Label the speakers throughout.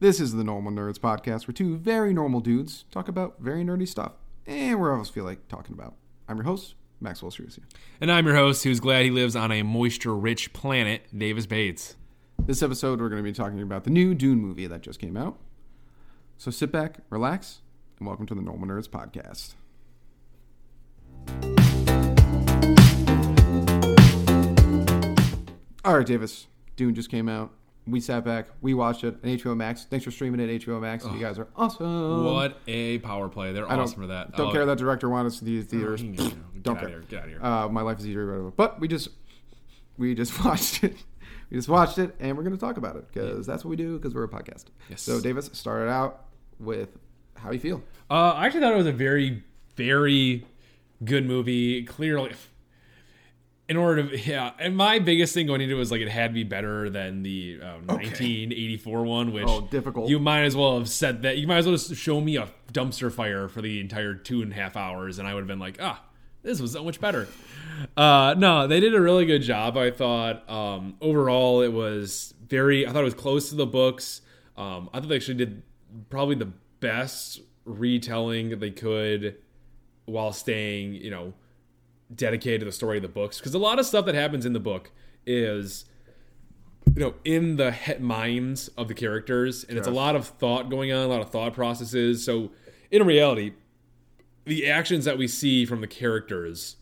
Speaker 1: This is the Normal Nerds podcast where two very normal dudes talk about very nerdy stuff and where else feel like talking about. I'm your host, Maxwell Cerusio.
Speaker 2: And I'm your host, who's glad he lives on a moisture rich planet, Davis Bates.
Speaker 1: This episode, we're going to be talking about the new Dune movie that just came out. So sit back, relax, and welcome to the Normal Nerds podcast. All right, Davis. Dune just came out. We sat back, we watched it on HBO Max. Thanks for streaming it, HBO Max. You guys are awesome.
Speaker 2: What a power play. They're
Speaker 1: I don't,
Speaker 2: awesome for that.
Speaker 1: Don't
Speaker 2: Oh,
Speaker 1: care that director wanted us to these theaters.
Speaker 2: Get out
Speaker 1: don't
Speaker 2: of
Speaker 1: care.
Speaker 2: here. Get out of here.
Speaker 1: Uh, my life is easier whatever. But we just we just watched it. We just watched it, and we're going to talk about it because that's what we do because we're a podcast.
Speaker 2: Yes.
Speaker 1: So Davis started out with how you feel.
Speaker 2: Uh, I actually thought it was a very, very good movie. Clearly, in order to yeah, and my biggest thing going into it was like it had to be better than the uh, 1984 one, which
Speaker 1: Oh, difficult.
Speaker 2: You might as well have said that. You might as well just show me a dumpster fire for the entire two and a half hours, and I would have been like, ah, this was so much better. Uh, no, they did a really good job. I thought um, overall it was very. I thought it was close to the books. Um, I thought they actually did probably the best retelling that they could while staying, you know, dedicated to the story of the books. Because a lot of stuff that happens in the book is, you know, in the he- minds of the characters, and it's a
Speaker 1: Yes.
Speaker 2: lot of thought going on, a lot of thought processes. So, in reality, the actions that we see from the characters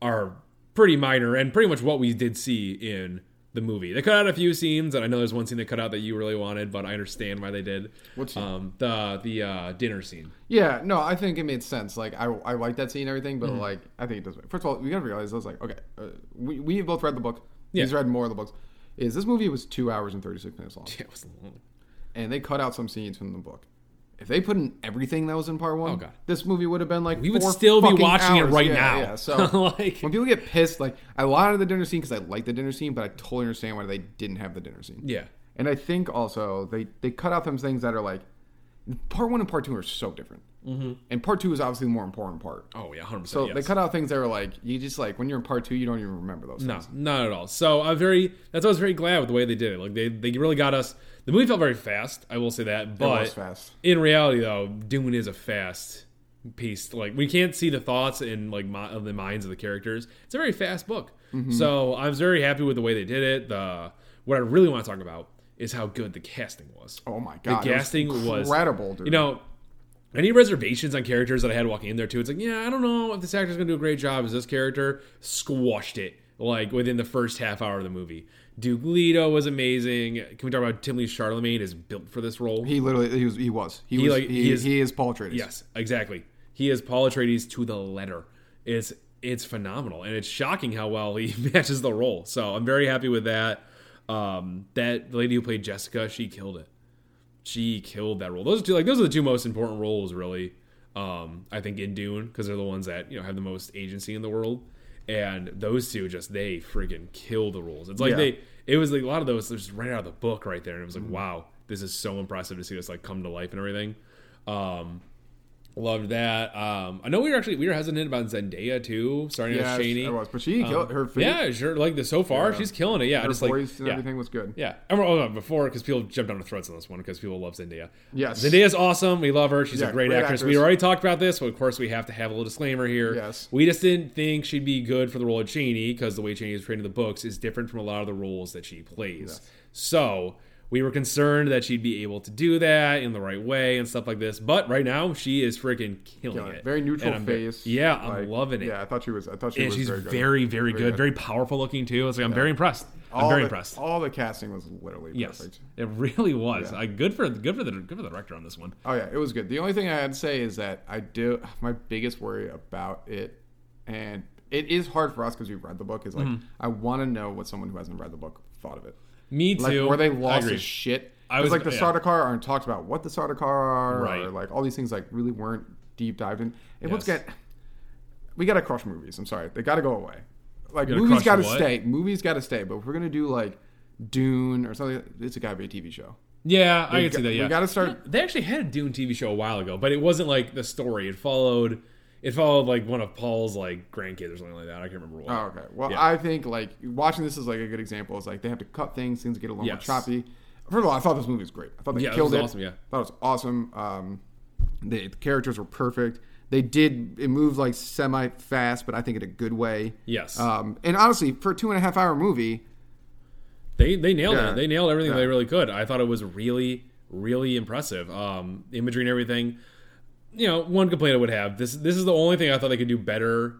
Speaker 2: are pretty minor and pretty much what we did see in the movie. They cut out a few scenes, and I know there's one scene they cut out that you really wanted, but I understand why they did.
Speaker 1: What scene?
Speaker 2: Um, the the uh, dinner scene.
Speaker 1: Yeah, no, I think it made sense. Like, I, I like that scene and everything,
Speaker 2: Mm-hmm.
Speaker 1: but like, I think it does. First of all, we gotta realize I was like, okay, uh, we we both read the book. He's
Speaker 2: Yeah.
Speaker 1: read more of the books. Is this movie was two hours and thirty six minutes long,
Speaker 2: It was long.
Speaker 1: and they cut out some scenes from the book. If they put in everything that was in part one,
Speaker 2: Oh, God.
Speaker 1: this movie would have been like
Speaker 2: We would
Speaker 1: four
Speaker 2: still be
Speaker 1: fucking
Speaker 2: watching it
Speaker 1: hours.
Speaker 2: right
Speaker 1: Yeah,
Speaker 2: now.
Speaker 1: Yeah, so
Speaker 2: like,
Speaker 1: when people get pissed, like I lied to the dinner scene because I like the dinner scene, but I totally understand why they didn't have the dinner scene.
Speaker 2: yeah,
Speaker 1: And I think also they they cut out some things that are like part one and part two are so different. Mm-hmm. And part two is obviously the more important part.
Speaker 2: oh yeah, hundred percent.
Speaker 1: So they cut out things that are like you just like when you're in part two you don't even remember those
Speaker 2: No,
Speaker 1: things.
Speaker 2: not at all. So I'm very. That's why I was very glad with the way they did it. Like they, they really got us. The movie felt very fast. I will say that.
Speaker 1: It
Speaker 2: But
Speaker 1: was fast.
Speaker 2: in reality, though, Dune is a fast piece. Like we can't see the thoughts and like mi- of the minds of the characters. It's a very fast book.
Speaker 1: Mm-hmm.
Speaker 2: So I was very happy with the way they did it. The what I really want to talk about is how good the casting was.
Speaker 1: Oh my god.
Speaker 2: The
Speaker 1: it
Speaker 2: casting was
Speaker 1: incredible, dude.
Speaker 2: You know, any reservations on characters that I had walking in there too? It's like, yeah, I don't know if this actor's gonna do a great job. Is this character squashed it like within the first half hour of the movie? Duke Leto was amazing. Can we talk about Timothy Charlemagne is built for this role?
Speaker 1: he literally he was he was. He, was
Speaker 2: like,
Speaker 1: he,
Speaker 2: he
Speaker 1: is,
Speaker 2: is-
Speaker 1: he is Paul Atreides.
Speaker 2: Yes, exactly. He is Paul Atreides to the letter. It's it's phenomenal, and it's shocking how well he matches the role. So I'm very happy with that. Um, that lady who played Jessica, she killed it. She killed that role. Those two, like those are the two most important roles, really. Um, I think in Dune because they're the ones that you know have the most agency in the world, and those two just they friggin' kill the roles. It's like
Speaker 1: Yeah.
Speaker 2: they it was like a lot of those just right out of the book right there, and it was like wow, this is so impressive to see this like come to life and everything. Um, Loved that. Um, I know we were actually we were hesitant about Zendaya too, starting
Speaker 1: Yeah,
Speaker 2: with Shani.
Speaker 1: I was. But she killed her feet.
Speaker 2: Um, yeah, sure. Like the so far, she's killing it. Yeah,
Speaker 1: her
Speaker 2: just like
Speaker 1: voice and
Speaker 2: yeah,
Speaker 1: everything was good.
Speaker 2: yeah. And we're- oh, no, before because people jumped on the threads on this one because people love Zendaya.
Speaker 1: Yes.
Speaker 2: Zendaya's awesome. We love her. She's
Speaker 1: Yeah,
Speaker 2: a great,
Speaker 1: great
Speaker 2: actress.
Speaker 1: actress.
Speaker 2: We already talked about this, but of course we have to have a little disclaimer here.
Speaker 1: Yes.
Speaker 2: we just didn't think she'd be good for the role of Cheney because the way Cheney is portrayed in the books is different from a lot of the roles that she plays. So. We were concerned that she'd be able to do that in the right way and stuff like this, but right now she is freaking killing
Speaker 1: Yeah,
Speaker 2: it.
Speaker 1: Very neutral
Speaker 2: And I'm ve-
Speaker 1: face.
Speaker 2: yeah, I'm
Speaker 1: Like,
Speaker 2: loving it.
Speaker 1: Yeah, I thought she was. I thought she
Speaker 2: and
Speaker 1: was
Speaker 2: she's
Speaker 1: very
Speaker 2: very,
Speaker 1: good.
Speaker 2: very, good,
Speaker 1: good.
Speaker 2: very powerful looking too. It's like I'm very impressed. I'm
Speaker 1: All
Speaker 2: very
Speaker 1: the-
Speaker 2: impressed.
Speaker 1: All the casting was literally
Speaker 2: Yes,
Speaker 1: perfect.
Speaker 2: it really was. I, good for good for the good for the director on this one.
Speaker 1: Oh yeah, it was good. The only thing I had to say is that I do my biggest worry about it, and it is hard for us because we've read the book. Is like
Speaker 2: Mm-hmm.
Speaker 1: I want to know what someone who hasn't read the book thought of it.
Speaker 2: Me too.
Speaker 1: Like were they
Speaker 2: I
Speaker 1: lost
Speaker 2: agree.
Speaker 1: as shit?
Speaker 2: I
Speaker 1: It's
Speaker 2: was-
Speaker 1: like the
Speaker 2: yeah.
Speaker 1: Sardaukar aren't talked about. What the Sardaukar are, or
Speaker 2: Right.
Speaker 1: like all these things like really weren't deep dived in. And once
Speaker 2: Yes.
Speaker 1: again, we gotta crush movies. I'm sorry, they gotta go away. Like
Speaker 2: gotta
Speaker 1: movies
Speaker 2: crush
Speaker 1: gotta
Speaker 2: what?
Speaker 1: stay. Movies gotta stay. But if we're gonna do like Dune or something, it's gotta be a TV show.
Speaker 2: yeah, I can see
Speaker 1: got-
Speaker 2: that.
Speaker 1: we
Speaker 2: Yeah,
Speaker 1: gotta start-
Speaker 2: They actually had a Dune TV show a while ago, but it wasn't like the story. It followed. It followed like one of Paul's like grandkids or something like that. I can't remember what.
Speaker 1: Oh, okay. Well,
Speaker 2: Yeah.
Speaker 1: I think like watching this is like a good example. It's like they have to cut things, things get a little more
Speaker 2: Yes.
Speaker 1: choppy. first of all, I thought this movie was great. I thought they
Speaker 2: Yeah, it
Speaker 1: killed
Speaker 2: was
Speaker 1: it.
Speaker 2: awesome, yeah.
Speaker 1: thought it was awesome. Um, the, the characters were perfect. They did it moved like semi fast, but I think in a good way.
Speaker 2: Yes.
Speaker 1: Um, and honestly, for a two and a half hour movie,
Speaker 2: They they nailed
Speaker 1: Yeah.
Speaker 2: it. They nailed everything
Speaker 1: Yeah.
Speaker 2: they really could. I thought it was really really impressive. Um, the imagery and everything. You know, one complaint I would have this this is the only thing I thought they could do better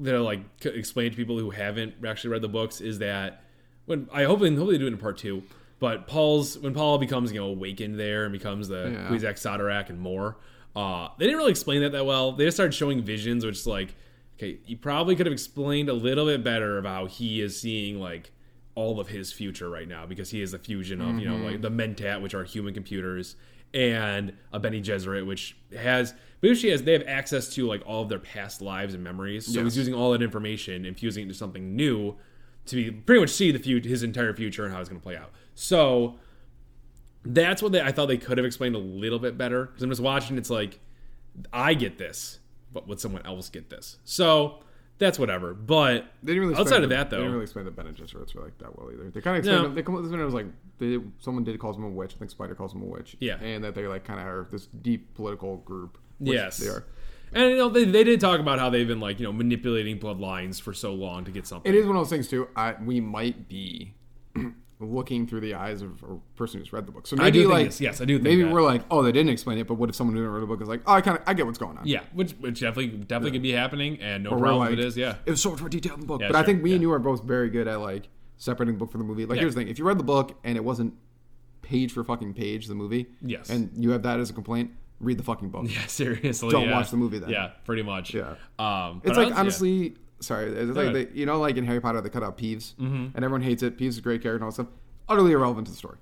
Speaker 2: that I like c- explain to people who haven't actually read the books is that when I hope and hope they do it in part two. But Paul's when Paul becomes you know awakened there and becomes the
Speaker 1: Yeah.
Speaker 2: Quizak Sodorak and more. Uh, they didn't really explain that that well. They just started showing visions, which is like, okay, you probably could have explained a little bit better about how he is seeing like all of his future right now because he is a fusion of you know like the Mentat, which are human computers, and a Benny Gesserit, which has basically has they have access to like all of their past lives and memories. So he's using all that information and fusing it into something new to be, pretty much see the future, his entire future and how it's going to play out. So that's what they, I thought they could have explained a little bit better. Because I'm just watching, it's like I get this, but would someone else get this? So that's whatever. But
Speaker 1: they didn't really explain
Speaker 2: outside of
Speaker 1: the-
Speaker 2: that
Speaker 1: they
Speaker 2: though,
Speaker 1: didn't really explain the Bene Gesserits were like that well either. They kind of explained
Speaker 2: No.
Speaker 1: them- they come up with this minute was like they, someone did call him a witch. I think Spider calls him a witch.
Speaker 2: Yeah.
Speaker 1: and that they like kind of are this deep political group. which
Speaker 2: yes,
Speaker 1: they are.
Speaker 2: And you know they, they did talk about how they've been like you know manipulating bloodlines for so long to get something.
Speaker 1: It is one of those things too. I, we might be looking through the eyes of a person who's read the book. So maybe
Speaker 2: I do think
Speaker 1: like
Speaker 2: this. Yes, I do think
Speaker 1: maybe
Speaker 2: that.
Speaker 1: we're like, oh, they didn't explain it, but what if someone who didn't read the book is like, oh, I kind of I get what's going on.
Speaker 2: yeah, which which definitely definitely could be happening, and no
Speaker 1: Or we're
Speaker 2: problem
Speaker 1: like,
Speaker 2: it is. Yeah,
Speaker 1: it was so much more detailed in the book.
Speaker 2: Yeah,
Speaker 1: but I
Speaker 2: sure,
Speaker 1: think me and
Speaker 2: yeah.
Speaker 1: you are both very good at like separating the book from the movie. Like
Speaker 2: Yeah.
Speaker 1: here's the thing: if you read the book and it wasn't page for fucking page the movie,
Speaker 2: Yes.
Speaker 1: and you have that as a complaint, read the fucking book.
Speaker 2: yeah, seriously.
Speaker 1: Don't
Speaker 2: yeah.
Speaker 1: watch the movie then.
Speaker 2: Yeah, pretty much.
Speaker 1: Yeah.
Speaker 2: um, but
Speaker 1: It's like
Speaker 2: else- yeah.
Speaker 1: honestly, sorry, it's like
Speaker 2: ahead. Mm-hmm.
Speaker 1: they, you know, like in Harry Potter, they cut out Peeves, and everyone hates it. Peeves is a great character and all that stuff. Utterly irrelevant to the story.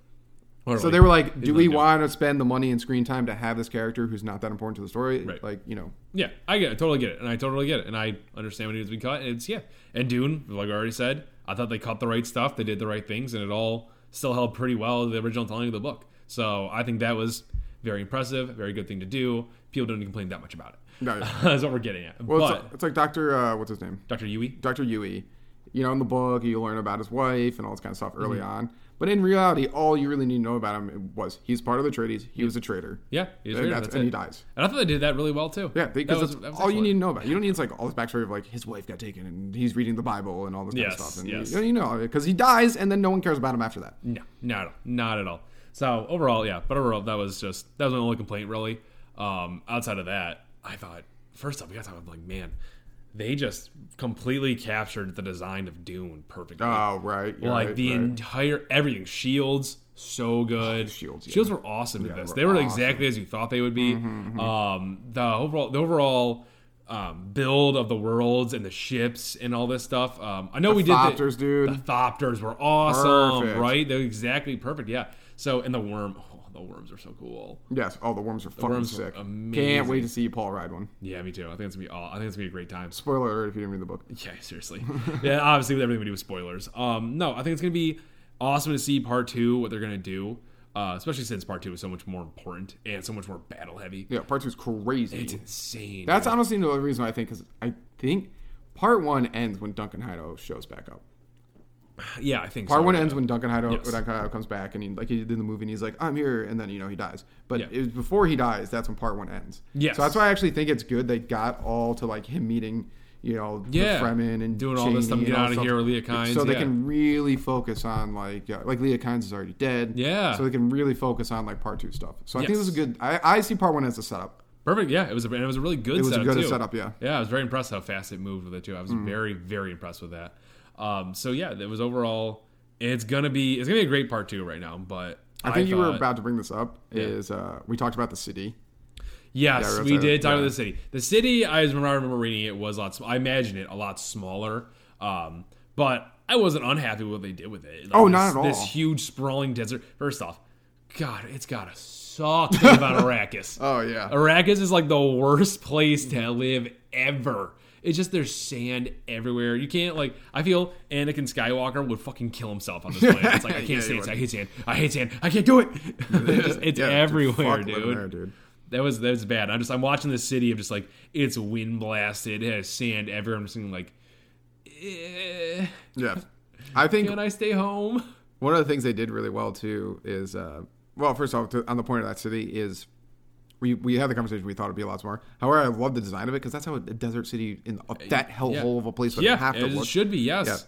Speaker 2: Or
Speaker 1: So they were like, "Do we
Speaker 2: like, no.
Speaker 1: want to spend the money and screen time to have this character who's not that important to the story?"
Speaker 2: Right.
Speaker 1: Like, you know,
Speaker 2: Yeah, I get it. I totally get it. And I totally get it. And I understand what needs to be cut. And it's, yeah. And Dune, like I already said, I thought they cut the right stuff. They did the right things. And it all still held pretty well the original telling of the book. So I think that was very impressive, very good thing to do. People don't complain that much about it.
Speaker 1: No.
Speaker 2: That's what we're getting at.
Speaker 1: well,
Speaker 2: but,
Speaker 1: it's, it's like Doctor, uh, what's his name,
Speaker 2: Dr. Yui?
Speaker 1: Doctor Yui. You know, in the book, you learn about his wife and all this kind of stuff early
Speaker 2: Mm-hmm.
Speaker 1: on. But in reality, all you really need to know about him was he's part of the Atreides. He was a traitor.
Speaker 2: Yeah. he was
Speaker 1: and,
Speaker 2: great.
Speaker 1: that's,
Speaker 2: That's
Speaker 1: and
Speaker 2: it.
Speaker 1: he dies.
Speaker 2: And I thought they did that really well, too.
Speaker 1: Yeah,
Speaker 2: That
Speaker 1: because
Speaker 2: was-
Speaker 1: that's
Speaker 2: that was
Speaker 1: all you
Speaker 2: excellent.
Speaker 1: need to know about. it. You don't need like all this backstory of like his wife got taken and he's reading the Bible and all this kind
Speaker 2: Yes,
Speaker 1: of stuff. And
Speaker 2: yes.
Speaker 1: you, you know, because he dies and then no one cares about him after that.
Speaker 2: No, not not at all. So overall, yeah, but overall, that was just that was my only complaint really. Um, outside of that, I thought first off, we got to talk about like man, they just completely captured the design of Dune perfectly.
Speaker 1: Oh, right. you're
Speaker 2: like
Speaker 1: right,
Speaker 2: the
Speaker 1: right.
Speaker 2: entire everything shields so good.
Speaker 1: shields, yeah.
Speaker 2: shields were awesome in
Speaker 1: they
Speaker 2: this.
Speaker 1: were
Speaker 2: They were
Speaker 1: awesome. Mm-hmm,
Speaker 2: exactly as you thought they would be. Um, the overall the overall um, build of the worlds and the ships and all this stuff. Um, I know we did the-
Speaker 1: Thopters, dude.
Speaker 2: the Thopters were awesome,
Speaker 1: Perfect.
Speaker 2: right? They're exactly perfect. Yeah. So and the worm, oh, the worms are so cool.
Speaker 1: Yes. Oh, the worms are fucking
Speaker 2: worms are
Speaker 1: sick. Can't
Speaker 2: amazing.
Speaker 1: wait to see Paul ride one.
Speaker 2: Yeah, me too. I think it's gonna be all. I think it's gonna be a great time.
Speaker 1: Spoiler alert if you didn't read the book.
Speaker 2: Yeah, seriously. yeah, obviously with everything we do with spoilers. Um, no, I think it's gonna be awesome to see part two, what they're gonna do, uh, especially since part two is so much more important and so much more battle heavy.
Speaker 1: Yeah, part two is crazy.
Speaker 2: It's insane.
Speaker 1: That's
Speaker 2: dude.
Speaker 1: honestly another reason I think because I think part one ends when Duncan Idaho shows back up.
Speaker 2: yeah, I think
Speaker 1: Part
Speaker 2: so.
Speaker 1: one ends when Duncan Idaho,
Speaker 2: Yes.
Speaker 1: when Duncan Idaho comes back and he like he did in the movie and he's like I'm here and then you know he dies. But
Speaker 2: Yeah.
Speaker 1: it was before he dies that's when part one ends.
Speaker 2: Yes.
Speaker 1: So that's why I actually think it's good they got all to like him meeting you know
Speaker 2: Yeah.
Speaker 1: the Fremen and
Speaker 2: Doing all this stuff,
Speaker 1: Janie and
Speaker 2: get
Speaker 1: all
Speaker 2: outta
Speaker 1: this
Speaker 2: here
Speaker 1: stuff.
Speaker 2: with Leah Kynes,
Speaker 1: so they
Speaker 2: yeah.
Speaker 1: can really focus on like yeah, like Leah Kynes is already dead.
Speaker 2: Yeah.
Speaker 1: So they can really focus on like part two stuff. So I think this is
Speaker 2: Yes.
Speaker 1: good. I, I see part one as a setup.
Speaker 2: Perfect. Yeah, it was a and it was a really good.
Speaker 1: It was a
Speaker 2: setup
Speaker 1: good
Speaker 2: too.
Speaker 1: setup, yeah. Mm-hmm.
Speaker 2: Yeah, I was very impressed how fast it moved with it too. I was very very impressed with that. Um, so yeah, it was overall. It's gonna be it's gonna be a great part two right now. But
Speaker 1: I think you were
Speaker 2: thought-
Speaker 1: about to bring this up. Is uh, we talked about the city?
Speaker 2: Yes,
Speaker 1: Yeah,
Speaker 2: we
Speaker 1: that's
Speaker 2: did
Speaker 1: it.
Speaker 2: talk about
Speaker 1: Yeah.
Speaker 2: the city. The city, I remember, I remember reading it was a lot. sm- I imagine it a lot smaller. Um, but I wasn't unhappy with what they did with it. Like,
Speaker 1: Oh,
Speaker 2: this,
Speaker 1: not at all.
Speaker 2: This huge sprawling desert. First off, God, it's gotta suck to live on Arrakis.
Speaker 1: Oh yeah,
Speaker 2: Arrakis is like the worst place to live ever. It's just there's sand everywhere. You can't like. I feel Anakin Skywalker would fucking kill himself on this planet. It's like I can't
Speaker 1: Yeah, he
Speaker 2: stand.
Speaker 1: would.
Speaker 2: I hate sand. I hate sand. I can't do it. it's just- it's
Speaker 1: Yeah, dude,
Speaker 2: everywhere,
Speaker 1: fuck living
Speaker 2: dude.
Speaker 1: there, dude.
Speaker 2: That was that was bad. I'm just I'm watching the city of just like it's wind blasted. It has sand everywhere. I'm just thinking like, eh,
Speaker 1: Yeah, I think
Speaker 2: can I stay home?
Speaker 1: One of the things they did really well too is, uh, well, first off, to, on the point of that city is. We, we had the conversation. We thought it'd be a lot smaller. However, I love the design of it because that's how a desert city in that hellhole of a place would
Speaker 2: yeah,
Speaker 1: have to
Speaker 2: it
Speaker 1: look.
Speaker 2: should be. Yes.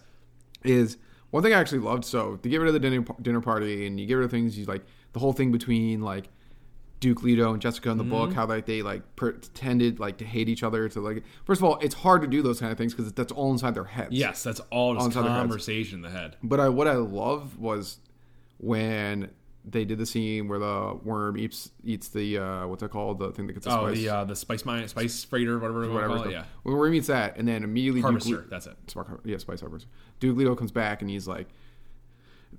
Speaker 1: Yeah. Is one thing I actually loved. So to get rid of the dinner dinner party and you get rid of things, you like the whole thing between like Duke Leto and Jessica in the book, how like they like pretended like to hate each other. To like, first of all, it's hard to do those kind of things because that's all inside their heads.
Speaker 2: Yes, that's all just
Speaker 1: inside their heads.
Speaker 2: conversation in the head.
Speaker 1: But I, what I love was when they did the scene where the worm eats eats the uh, what's it called the thing that gets the
Speaker 2: Oh,
Speaker 1: spice
Speaker 2: the uh, the spice mine, spice freighter, whatever, we wanna
Speaker 1: whatever.
Speaker 2: call
Speaker 1: it's
Speaker 2: it. Yeah,
Speaker 1: called. When the worm eats that, and then immediately Duke
Speaker 2: harvester.
Speaker 1: Le-
Speaker 2: That's it.
Speaker 1: Spark, Har- yeah, Spice Harvest. Duke Leto comes back and he's like,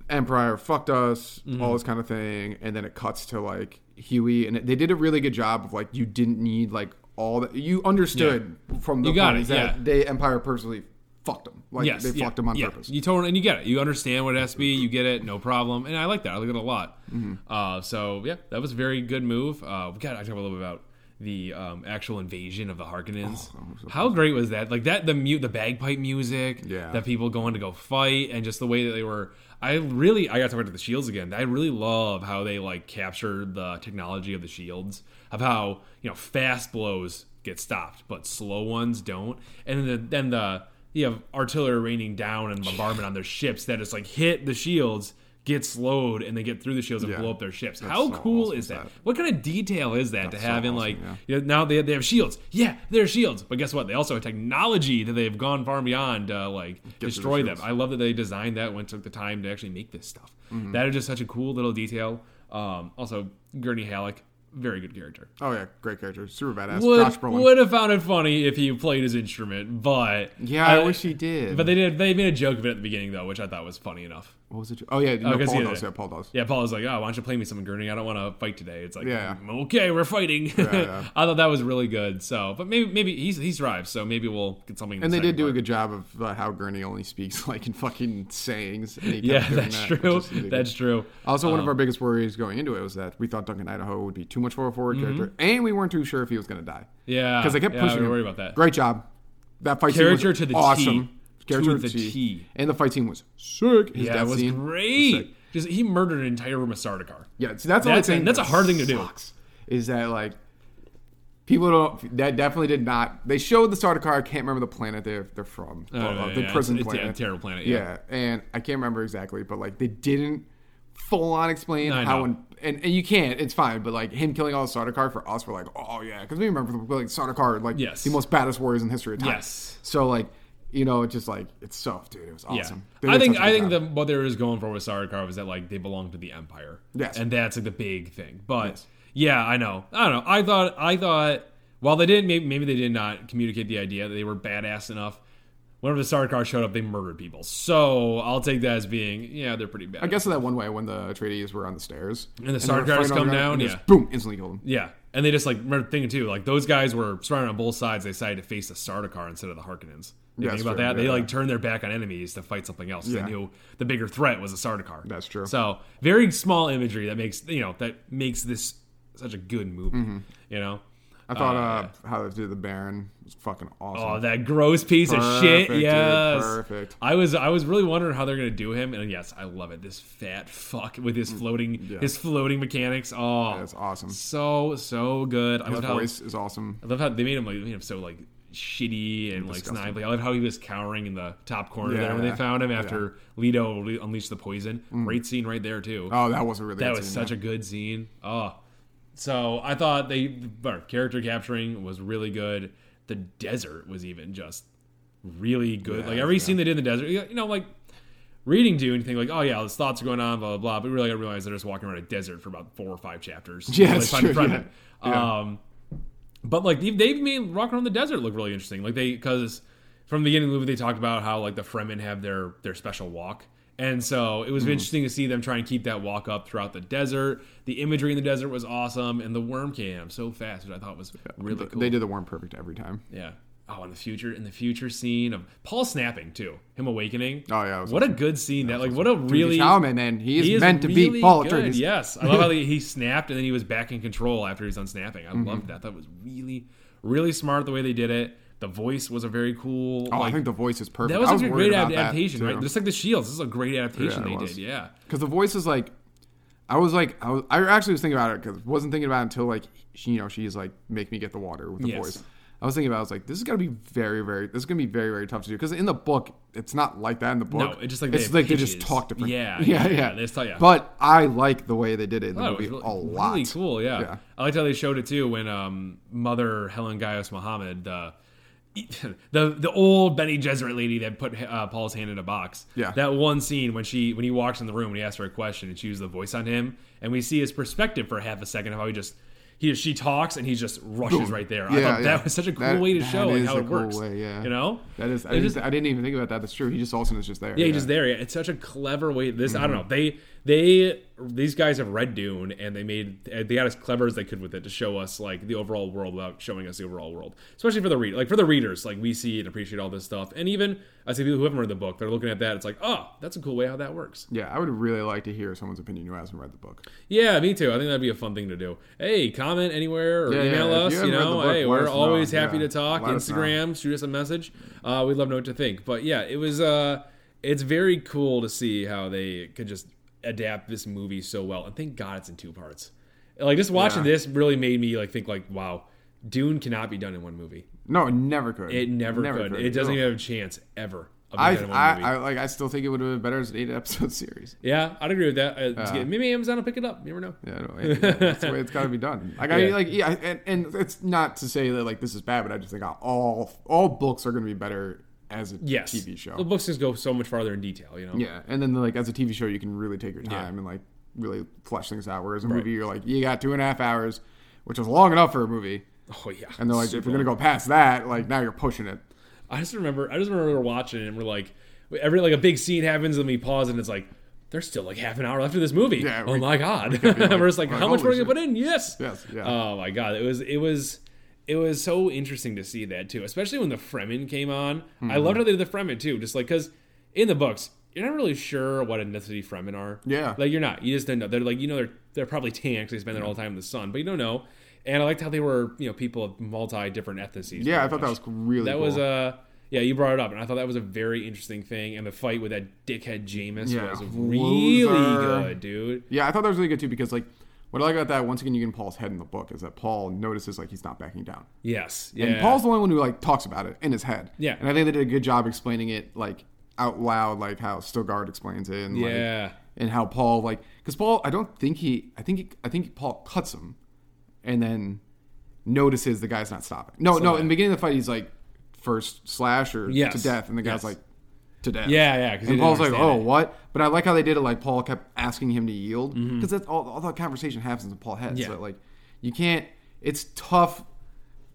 Speaker 1: Empire fucked us,
Speaker 2: Mm-hmm.
Speaker 1: all this kind of thing. And then it cuts to like Huey, and it, they did a really good job of like you didn't need like all that you understood from the
Speaker 2: You got
Speaker 1: point
Speaker 2: it,
Speaker 1: that
Speaker 2: yeah.
Speaker 1: they Empire personally fucked them. Like
Speaker 2: yes,
Speaker 1: they
Speaker 2: yeah,
Speaker 1: fucked them on
Speaker 2: yeah.
Speaker 1: purpose.
Speaker 2: You totally and you get it. You understand what it has to be. You get it, no problem. And I like that. I like it a lot.
Speaker 1: Mm-hmm.
Speaker 2: Uh, so yeah, that was a very good move. Uh, we got to talk a little bit about the um, actual invasion of the Harkonnens.
Speaker 1: Oh,
Speaker 2: How great was that? Like that the mute the bagpipe music.
Speaker 1: Yeah.
Speaker 2: That people going to go fight and just the way that they were. I really I got to talk about the shields again. I really love how they like captured the technology of the shields of how you know fast blows get stopped but slow ones don't and then then the you have artillery raining down and bombardment on their ships that is like hit the shields get slowed and they get through the shields and
Speaker 1: Yeah.
Speaker 2: blow up their ships how
Speaker 1: so
Speaker 2: cool
Speaker 1: awesome
Speaker 2: is
Speaker 1: is
Speaker 2: that?
Speaker 1: that.
Speaker 2: what kind of detail is that to
Speaker 1: so
Speaker 2: have in
Speaker 1: awesome,
Speaker 2: like
Speaker 1: yeah.
Speaker 2: you know, now they they have shields. Yeah, they're shields. But guess what? They also have technology that they've gone far beyond to like destroy them.
Speaker 1: shields.
Speaker 2: I love that they designed that when it took the time to actually make this stuff.
Speaker 1: Mm-hmm.
Speaker 2: That is just such a cool little detail. Um, also, Gurney Halleck, very good character.
Speaker 1: Oh yeah, great character, super badass. Josh
Speaker 2: Would,
Speaker 1: Brolin.
Speaker 2: would have found it funny if he played his instrument, but
Speaker 1: yeah, I, wish he did.
Speaker 2: Uh, But they did. They made a joke of it at the beginning though, which I thought was funny enough.
Speaker 1: what was it? Oh yeah, no,
Speaker 2: I guess
Speaker 1: Paul
Speaker 2: he
Speaker 1: does.
Speaker 2: did.
Speaker 1: Yeah, Paul does.
Speaker 2: Yeah, Paul was like, "Oh, why don't you play me some Gurney? I don't want to fight today." It's like,
Speaker 1: Yeah.
Speaker 2: "Mm, okay, we're fighting."
Speaker 1: yeah.
Speaker 2: I thought that was really good. So, but maybe maybe he's he's arrived, so maybe we'll get something. in
Speaker 1: And
Speaker 2: the
Speaker 1: they did
Speaker 2: second
Speaker 1: do a
Speaker 2: part.
Speaker 1: good job of uh, how Gurney only speaks like in fucking sayings. And he kept
Speaker 2: Yeah,
Speaker 1: doing
Speaker 2: that's
Speaker 1: that, which
Speaker 2: true.
Speaker 1: is- they did.
Speaker 2: That's um, true.
Speaker 1: Also, one of our biggest worries going into it was that we thought Duncan Idaho would be too much for a forward character, and we weren't too sure if he was going to die.
Speaker 2: Mm-hmm. Yeah,
Speaker 1: because they kept
Speaker 2: yeah,
Speaker 1: pushing.
Speaker 2: We
Speaker 1: him.
Speaker 2: were worried about that.
Speaker 1: Great job. That fight
Speaker 2: Character
Speaker 1: scene was
Speaker 2: to the T.
Speaker 1: awesome. Character
Speaker 2: To the T.
Speaker 1: And the fight scene was sick. His
Speaker 2: Yeah,
Speaker 1: death
Speaker 2: it was
Speaker 1: scene sick.
Speaker 2: great. Just he murdered an entire room of Sardaukar.
Speaker 1: Yeah, see, that's,
Speaker 2: That's-
Speaker 1: the only thing.
Speaker 2: that's a
Speaker 1: that
Speaker 2: hard thing to do.
Speaker 1: sucks, Is that like people don't? That definitely did not. They showed the starter car. I can't remember the planet they're they're from.
Speaker 2: Oh,
Speaker 1: Uh,
Speaker 2: yeah,
Speaker 1: the
Speaker 2: yeah,
Speaker 1: prison
Speaker 2: it's,
Speaker 1: planet.
Speaker 2: It's, yeah, terrible planet. Yeah.
Speaker 1: Yeah, and I can't remember exactly, but like they didn't full on explain
Speaker 2: I
Speaker 1: how
Speaker 2: know.
Speaker 1: and, and and you can't. It's fine, but like him killing all of Sardaukar for us, we're like, oh yeah, because we remember the, like Sardaukar, like
Speaker 2: Yes.
Speaker 1: the most baddest warriors in history of time.
Speaker 2: Yes.
Speaker 1: So like, you know, it's just like it's so dude, it was awesome. They
Speaker 2: Yeah. I
Speaker 1: did
Speaker 2: think
Speaker 1: such a
Speaker 2: I
Speaker 1: good
Speaker 2: think
Speaker 1: job.
Speaker 2: the, what they were going for with Sardaukar was that like they belong to the Empire.
Speaker 1: Yes.
Speaker 2: And that's like the big thing. But
Speaker 1: Yes.
Speaker 2: yeah, I know. I don't know. I thought I thought while they didn't maybe, maybe they did not communicate the idea that they were badass enough. Whenever the Sardaukar showed up, they murdered people. So I'll take that as being yeah, they're pretty bad.
Speaker 1: I guess that one way when the Atreides were on the stairs
Speaker 2: the
Speaker 1: they were
Speaker 2: Sardaukars
Speaker 1: fighting on the
Speaker 2: come
Speaker 1: ground,
Speaker 2: down,
Speaker 1: and
Speaker 2: yeah.
Speaker 1: just, boom, instantly killed them.
Speaker 2: Yeah, and they just like remember thinking too, like those guys were surrounded on both sides. They decided to face the Sardaukar instead of the Harkonnens. You
Speaker 1: Yeah,
Speaker 2: think
Speaker 1: that's
Speaker 2: about
Speaker 1: true.
Speaker 2: that?
Speaker 1: Yeah,
Speaker 2: they
Speaker 1: yeah.
Speaker 2: like turned their back on enemies to fight something else.
Speaker 1: Yeah.
Speaker 2: They knew the bigger threat was the Sardaukar.
Speaker 1: That's true.
Speaker 2: So very small imagery that makes you know that makes this such a good movie.
Speaker 1: Mm-hmm.
Speaker 2: You know,
Speaker 1: I thought uh, how they did the Baron was fucking awesome.
Speaker 2: oh that gross piece of
Speaker 1: Perfect,
Speaker 2: shit.
Speaker 1: dude,
Speaker 2: Yes,
Speaker 1: perfect.
Speaker 2: I was I was really wondering how they're gonna do him, and yes, I love it. This fat fuck with his floating his floating mechanics. Oh,
Speaker 1: Mm, That's awesome.
Speaker 2: so so good. I
Speaker 1: His
Speaker 2: love how
Speaker 1: voice is awesome.
Speaker 2: I love how they made him like made him so like shitty and like
Speaker 1: Disgusting.
Speaker 2: snidely. I love how he was cowering in the top corner there when
Speaker 1: Yeah. Mm.
Speaker 2: they found him after Leto le- unleashed the poison. Great scene right there too.
Speaker 1: Oh, that was a really
Speaker 2: that
Speaker 1: good
Speaker 2: was
Speaker 1: scene,
Speaker 2: such a good scene. Oh, so I thought they or character capturing was really good. The desert was even just really good. like
Speaker 1: Yeah,
Speaker 2: every
Speaker 1: yeah.
Speaker 2: scene they did in the desert, you know, like reading Dune, you think like, oh yeah, those thoughts are going on, blah blah blah. But really, I realized they're just walking around a desert for about four or five chapters.
Speaker 1: Yeah,
Speaker 2: Really
Speaker 1: that's
Speaker 2: fun-
Speaker 1: true,
Speaker 2: fun.
Speaker 1: yeah. Yeah.
Speaker 2: Um, but like they've, they've made Rock Around the Desert look really interesting. Like they because from the beginning of the movie they talked about how like the Fremen have their their special walk. And so it was
Speaker 1: Hmm.
Speaker 2: interesting to see them try and keep that walk up throughout the desert. The imagery in the desert was awesome, and the worm cam so fast, which I thought was really
Speaker 1: Th-
Speaker 2: cool.
Speaker 1: They did the worm perfect every time.
Speaker 2: Yeah. Oh, in the future, in the future scene of Paul snapping too, him awakening.
Speaker 1: Oh, yeah, that was
Speaker 2: what a good scene that like what a really
Speaker 1: He's Howman, man. He is,
Speaker 2: he is
Speaker 1: meant to
Speaker 2: really
Speaker 1: be Paul
Speaker 2: good.
Speaker 1: Atreides.
Speaker 2: Yes, I love how he, he snapped and
Speaker 1: Mm-hmm.
Speaker 2: then he was back in control after he was unsnapping. I loved that. That was really, really smart the way they did it. The voice was a very cool.
Speaker 1: Oh,
Speaker 2: like,
Speaker 1: I think the voice is perfect.
Speaker 2: that was,
Speaker 1: I was
Speaker 2: a
Speaker 1: worried
Speaker 2: great
Speaker 1: about
Speaker 2: ad-
Speaker 1: that,
Speaker 2: adaptation, right?
Speaker 1: too.
Speaker 2: Just like the Shields, this is a great adaptation
Speaker 1: it
Speaker 2: they
Speaker 1: was.
Speaker 2: did. Yeah,
Speaker 1: because the voice is like i was like i was i actually was thinking about it because wasn't thinking about it until like she, you know she's like make me get the water with the
Speaker 2: Yes.
Speaker 1: voice i was thinking about it, i was like this is gonna be very very this is gonna be very very tough to do because in the book it's not like that in the book
Speaker 2: No, it's just like
Speaker 1: it's
Speaker 2: they
Speaker 1: like
Speaker 2: have
Speaker 1: they just
Speaker 2: pitches.
Speaker 1: talk different
Speaker 2: Yeah, yeah,
Speaker 1: yeah yeah,
Speaker 2: yeah, they just talk- yeah.
Speaker 1: but i like the way they did it in the
Speaker 2: Oh, it
Speaker 1: movie
Speaker 2: was
Speaker 1: a
Speaker 2: really-
Speaker 1: lot
Speaker 2: Really cool, yeah.
Speaker 1: Yeah.
Speaker 2: I liked how they showed it too when um, Mother Helen Gaius Muhammad, the the the old Benny Gesserit lady that put uh, Paul's hand in a box.
Speaker 1: Yeah.
Speaker 2: That one scene when she when he walks in the room and he asks her a question and she uses the voice on him and we see his perspective for half a second of how he just he she talks and he just rushes right there. I
Speaker 1: Yeah,
Speaker 2: thought
Speaker 1: yeah.
Speaker 2: that was such a cool
Speaker 1: That-
Speaker 2: way to
Speaker 1: that
Speaker 2: show and
Speaker 1: is
Speaker 2: how
Speaker 1: a
Speaker 2: it
Speaker 1: cool
Speaker 2: works.
Speaker 1: way, yeah.
Speaker 2: You know?
Speaker 1: that is I
Speaker 2: They
Speaker 1: didn't,
Speaker 2: just-
Speaker 1: I didn't even think about that that's true he just all of a sudden is just there
Speaker 2: yeah, just there. It's such a clever way. This I don't know. They they these guys have read Dune and they made they got as clever as they could with it to show us like the overall world without showing us the overall world. Especially for the read like for the readers, like we see and appreciate all this stuff. And even I say people who haven't read the book, they're looking at that. It's like, oh, that's a cool way how that works.
Speaker 1: yeah i would really like to hear someone's opinion who hasn't read the book
Speaker 2: Yeah, me too. I think that'd be a fun thing to do. Hey, comment anywhere or
Speaker 1: Yeah, yeah.
Speaker 2: email
Speaker 1: If
Speaker 2: us.
Speaker 1: you
Speaker 2: You,
Speaker 1: haven't read
Speaker 2: know,
Speaker 1: the book,
Speaker 2: hey,
Speaker 1: let
Speaker 2: we're
Speaker 1: us know.
Speaker 2: always happy
Speaker 1: Yeah.
Speaker 2: to talk.
Speaker 1: Let us know.
Speaker 2: Instagram, shoot us a message. Uh, we'd love to know what to think. But yeah, it was. Uh, it's very cool to see how they could just adapt this movie so well. And thank God it's in two parts. Like just watching
Speaker 1: Yeah.
Speaker 2: this really made me like think like, wow, Dune cannot be done in one movie.
Speaker 1: no it never could
Speaker 2: It never, could. It doesn't
Speaker 1: No.
Speaker 2: even have a chance ever. Of being
Speaker 1: I,
Speaker 2: done in one movie.
Speaker 1: I, I like. I still think it would have been better as an eight-episode series.
Speaker 2: yeah, I'd agree with that. Uh, it's good. maybe Amazon will pick it up. You never know.
Speaker 1: Yeah, no, it- that's the way it's got to be done. Like I
Speaker 2: Yeah.
Speaker 1: like yeah, and, and it's not to say that like this is bad, but I just think all all books are going to be better as a
Speaker 2: Yes,
Speaker 1: TV show.
Speaker 2: The books just go so much farther in detail. You know.
Speaker 1: yeah, and then like as a TV show, you can really take your time and like really flesh things out. Whereas a movie, you're like you got two and a half hours, which is long enough for a movie.
Speaker 2: Oh yeah.
Speaker 1: And they're like, if you're going to go past that, like now you're pushing it.
Speaker 2: I just remember, I just remember we were watching it and we're like, every like a big scene happens and we pause and it's like, there's still like half an hour left of this movie.
Speaker 1: Yeah,
Speaker 2: oh
Speaker 1: we-
Speaker 2: my god.
Speaker 1: be like,
Speaker 2: we're just like,
Speaker 1: we're
Speaker 2: how
Speaker 1: like,
Speaker 2: much more are
Speaker 1: holy
Speaker 2: we gonna put in? Yes.
Speaker 1: Yes, yeah.
Speaker 2: Oh my god, it was it was. It was so interesting to see that too, especially when the Fremen came on. I
Speaker 1: Mm-hmm.
Speaker 2: loved how they did the Fremen too, just like because in the books you're not really sure what ethnicity Fremen are.
Speaker 1: Yeah.
Speaker 2: like you're not. You just don't know. They're like you know they're they're probably tan because they spend their whole time in the sun, but you don't know. And I liked how they were you know people of multi different ethnicities.
Speaker 1: Yeah, I thought
Speaker 2: pretty
Speaker 1: that
Speaker 2: much
Speaker 1: was really.
Speaker 2: that
Speaker 1: cool.
Speaker 2: was uh yeah you brought it up and i thought that was a very interesting thing and the fight with that dickhead Jameis
Speaker 1: Yeah.
Speaker 2: was really
Speaker 1: Loser.
Speaker 2: good dude
Speaker 1: Yeah, I thought that was really good too because like what I like about that once again you get in Paul's head in the book is that Paul notices like he's not backing down.
Speaker 2: yes yeah
Speaker 1: And Paul's the only one who like talks about it in his head.
Speaker 2: Yeah.
Speaker 1: And I think they did a good job explaining it like out loud, like how Stilgard explains it, and like
Speaker 2: yeah
Speaker 1: and how Paul like because Paul I don't think he I think he, I think Paul cuts him, and then notices the guy's not stopping. No, no. In the beginning of the fight, he's like first slash or
Speaker 2: Yes.
Speaker 1: to death, and the guy's
Speaker 2: Yes.
Speaker 1: like to death.
Speaker 2: yeah yeah 'cause he
Speaker 1: And
Speaker 2: didn't
Speaker 1: Paul's like,
Speaker 2: understand
Speaker 1: "Oh,
Speaker 2: it.
Speaker 1: what?" But I like how they did it. Like Paul kept asking him to yield because that's all, all that conversation happens in Paul's head.
Speaker 2: Mm-hmm. Yeah.
Speaker 1: So like, you can't. It's tough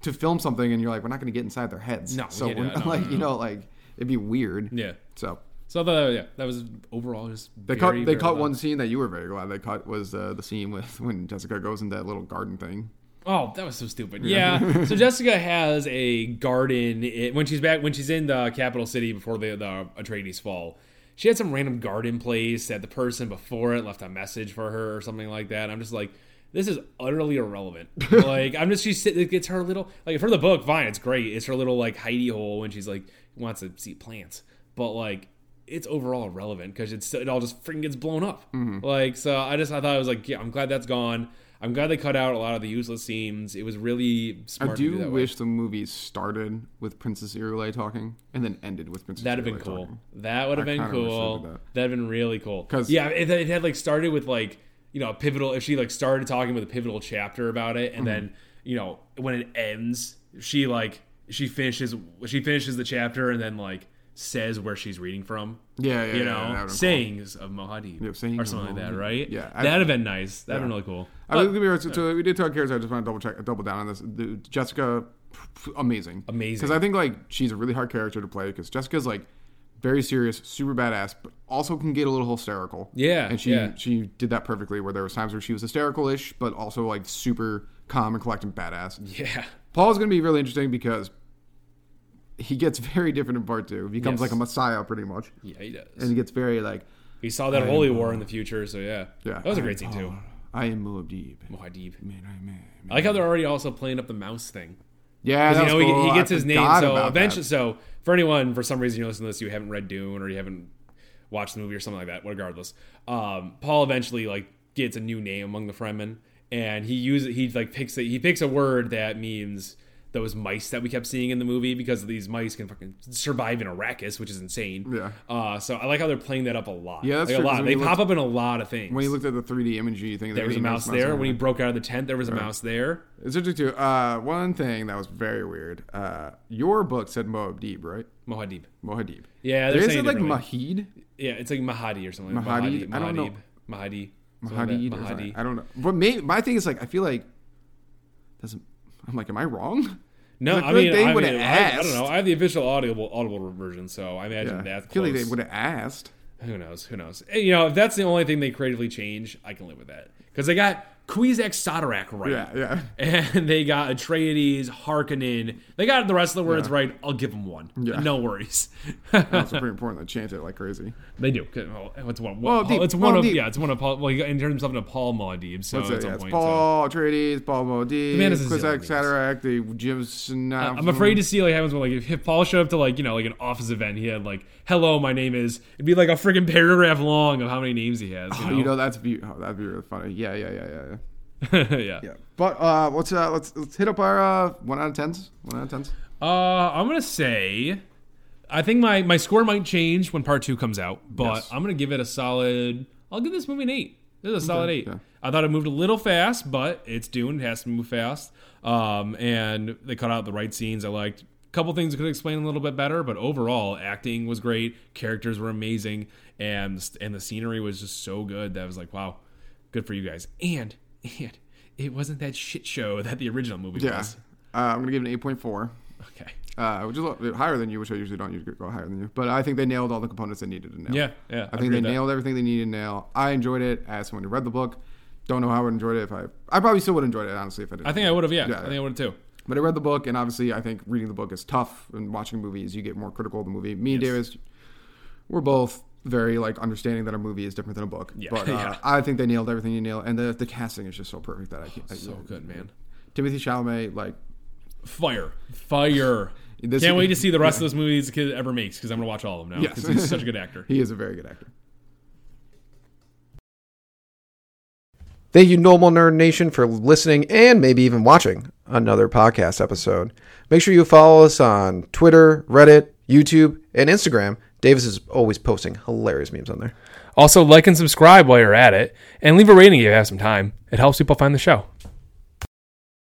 Speaker 1: to film something, and you're like, "We're not going to get inside their heads."
Speaker 2: No, we
Speaker 1: so
Speaker 2: can't do
Speaker 1: we're
Speaker 2: that. No,
Speaker 1: like,
Speaker 2: no,
Speaker 1: you know, like it'd be weird.
Speaker 2: yeah
Speaker 1: So
Speaker 2: so I thought, yeah that was overall just
Speaker 1: they cut. They cut one scene that you were very glad they cut was uh, the scene with when Jessica goes into that little garden thing.
Speaker 2: Oh, that was so stupid. Yeah. so Jessica has a garden it, when she's back when she's in the capital city before the the Atreides fall. She had some random garden place that the person before it left a message for her or something like that. I'm just like, this is utterly irrelevant. like I'm just she's sitting. It's her little like for the book. Fine, it's great. It's her little like hidey hole when she's like wants to see plants, but like. It's overall irrelevant because it's it all just freaking gets blown up. Like so, I just I thought it was like, yeah, I'm glad that's gone. I'm glad they cut out a lot of the useless scenes. It was really smart
Speaker 1: I
Speaker 2: to do
Speaker 1: do
Speaker 2: that way.
Speaker 1: wish the movie started with Princess Irule talking and then ended with Princess.
Speaker 2: That'd have
Speaker 1: Irule
Speaker 2: been cool.
Speaker 1: talking.
Speaker 2: That would have been
Speaker 1: kinda wish they
Speaker 2: cool.
Speaker 1: did that.
Speaker 2: That'd have been really cool.
Speaker 1: 'Cause-
Speaker 2: yeah, if it had like started with like you know a pivotal. If she like started talking with a pivotal chapter about it, and then you know when it ends, she like she finishes she finishes the chapter and then like says where she's reading from.
Speaker 1: Yeah, yeah,
Speaker 2: you
Speaker 1: yeah, that
Speaker 2: know
Speaker 1: would've been cool.
Speaker 2: sayings of Mahadi
Speaker 1: Yeah, sayings
Speaker 2: or
Speaker 1: of
Speaker 2: something like that,
Speaker 1: Mahadi.
Speaker 2: right?
Speaker 1: Yeah, I-
Speaker 2: that'd have been nice. That'd have been really cool.
Speaker 1: I think we, were, so we did talk characters. I just want to double check, double down on this. The- Jessica, p- p- amazing,
Speaker 2: Amazing.
Speaker 1: Because I think like she's a really hard character to play because Jessica's like very serious, super badass, but also can get a little hysterical.
Speaker 2: Yeah,
Speaker 1: and she
Speaker 2: yeah.
Speaker 1: she did that perfectly. Where there was times where she was hysterical-ish, but also like super calm and collected, badass.
Speaker 2: yeah.
Speaker 1: Paul's going to be really interesting because he gets very different in part two. He becomes
Speaker 2: Yes.
Speaker 1: like a messiah pretty much,
Speaker 2: Yeah, he does.
Speaker 1: and he gets very like
Speaker 2: We saw that holy war in the future, so yeah.
Speaker 1: yeah.
Speaker 2: That was a
Speaker 1: I
Speaker 2: great
Speaker 1: am
Speaker 2: scene too.
Speaker 1: Paul. I am Muad'Dib.
Speaker 2: Muad'Dib.
Speaker 1: Man, I am-
Speaker 2: I like how they're already also playing up the mouse thing.
Speaker 1: Yeah,
Speaker 2: 'Cause,
Speaker 1: that
Speaker 2: you know
Speaker 1: was
Speaker 2: he-
Speaker 1: cool.
Speaker 2: he,
Speaker 1: I
Speaker 2: gets his name.
Speaker 1: forgot
Speaker 2: So
Speaker 1: about that.
Speaker 2: eventually, so for anyone, for some reason you listen to this, you haven't read Dune or you haven't watched the movie or something like that. Regardless, um, Paul eventually like gets a new name among the Fremen, and he uses he like picks a, he picks a word that means those mice that we kept seeing in the movie because these mice can fucking survive in Arrakis, which is insane.
Speaker 1: Yeah.
Speaker 2: Uh, so I like how they're playing that up a lot.
Speaker 1: Yeah, that's
Speaker 2: like
Speaker 1: true,
Speaker 2: a
Speaker 1: 'cause
Speaker 2: lot.
Speaker 1: when
Speaker 2: They
Speaker 1: you
Speaker 2: pop up in a lot of things.
Speaker 1: when he looked at the 3D imagery thing,
Speaker 2: there was a mouse there. When he broke out of the tent, there was a mouse there.
Speaker 1: It's interesting too. Uh, one thing that was very weird. Uh, your book said Moabdeeb, right?
Speaker 2: Mohadib.
Speaker 1: Mohadib.
Speaker 2: Yeah, they're
Speaker 1: There is
Speaker 2: saying
Speaker 1: it like
Speaker 2: differently.
Speaker 1: Mahid,
Speaker 2: Yeah, it's like Mahadi or something.
Speaker 1: Mahadi? I don't know.
Speaker 2: Mahadi.
Speaker 1: Mahadid, or
Speaker 2: Mahadi.
Speaker 1: something. I don't know. But may, my thing is like I feel like doesn't. I'm like, am I wrong?
Speaker 2: No,
Speaker 1: Like,
Speaker 2: I mean,
Speaker 1: they
Speaker 2: I,
Speaker 1: would've
Speaker 2: mean I, I
Speaker 1: asked.
Speaker 2: don't know. I have the official audible audible version, so I imagine
Speaker 1: Yeah. I
Speaker 2: that's
Speaker 1: feel
Speaker 2: close.
Speaker 1: like they would have asked.
Speaker 2: who knows? Who knows? Eh, You know, if that's the only thing they creatively change, I can live with that because they got Cuisex Sodorak right,
Speaker 1: Yeah, yeah,
Speaker 2: and they got Atreides, Harkonnen. They got the rest of the words right. I'll give them one.
Speaker 1: Yeah.
Speaker 2: No worries.
Speaker 1: That's pretty important. They chant it like crazy.
Speaker 2: They do. 'Cause, well, It's one.
Speaker 1: Well,
Speaker 2: Paul-
Speaker 1: Deep.
Speaker 2: it's one
Speaker 1: Well,
Speaker 2: of
Speaker 1: Deep.
Speaker 2: yeah. It's one of Paul. Well, he turned himself into Paul Maudib. So
Speaker 1: So,
Speaker 2: at some
Speaker 1: yeah, it's
Speaker 2: Oh, point, so-
Speaker 1: Paul Atreides, Paul Modi,
Speaker 2: man is a
Speaker 1: Quizzac,
Speaker 2: Zillion.
Speaker 1: Satarak, the Jim.
Speaker 2: I'm afraid to see like happens when like if, if Paul showed up to like you know like an office event, he had like "Hello, my name is." It'd be like a freaking paragraph long of how many names he has. You
Speaker 1: Oh,
Speaker 2: know?
Speaker 1: you know that's be- oh, that'd be really funny. Yeah, yeah, yeah, yeah, yeah.
Speaker 2: yeah.
Speaker 1: Yeah. But uh, let's uh, let's let's hit up our uh, one out of tens. One out of tens.
Speaker 2: Uh, I'm gonna say, I think my my score might change when part two comes out, but
Speaker 1: Yes.
Speaker 2: I'm gonna give it a solid. I'll give this movie an eight. This is a solid eight.
Speaker 1: yeah.
Speaker 2: I thought it moved a little fast, but it's Dune. It has to move fast. Um, and they cut out the right scenes. I liked a couple things I could explain a little bit better, but overall, acting was great. Characters were amazing, and and the scenery was just so good that I was like, wow, good for you guys. And and it wasn't that shit show that the original movie
Speaker 1: Yeah.
Speaker 2: was.
Speaker 1: Uh, I'm gonna give it an eight point four.
Speaker 2: Okay.
Speaker 1: Uh, which is a little bit higher than you, which I usually don't usually go higher than you. But I think they nailed all the components they needed to nail.
Speaker 2: Yeah, yeah.
Speaker 1: I think
Speaker 2: agree
Speaker 1: they
Speaker 2: with that.
Speaker 1: nailed everything they needed to nail. I enjoyed it as someone who read the book. Don't know how I would enjoyed it if I. I probably still would have enjoyed it honestly if I didn't.
Speaker 2: I think I would have. Yeah,
Speaker 1: Yeah,
Speaker 2: I think I would have too.
Speaker 1: But I read the book, and obviously, I think reading the book is tough. And watching movies, you get more critical of the movie. Me and Davis, we're both very like understanding that a movie is different than a book.
Speaker 2: Yeah,
Speaker 1: But uh,
Speaker 2: yeah.
Speaker 1: I think they nailed everything you nail, and the the casting is just so perfect that I can't. I-
Speaker 2: So good, man.
Speaker 1: Timothy Chalamet, like
Speaker 2: Fire, fire.
Speaker 1: This-
Speaker 2: Can't wait to see the rest of those movies this kid ever makes because I'm gonna watch all of them now
Speaker 1: Yes.
Speaker 2: because he's such a good actor.
Speaker 1: he is a very good actor.
Speaker 3: Thank you, Normal Nerd Nation, for listening and maybe even watching another podcast episode. Make sure you follow us on Twitter, Reddit, YouTube, and Instagram. Davis is always posting hilarious memes on there.
Speaker 2: Also, like and subscribe while you're at it, and leave a rating if you have some time. It helps people find the show.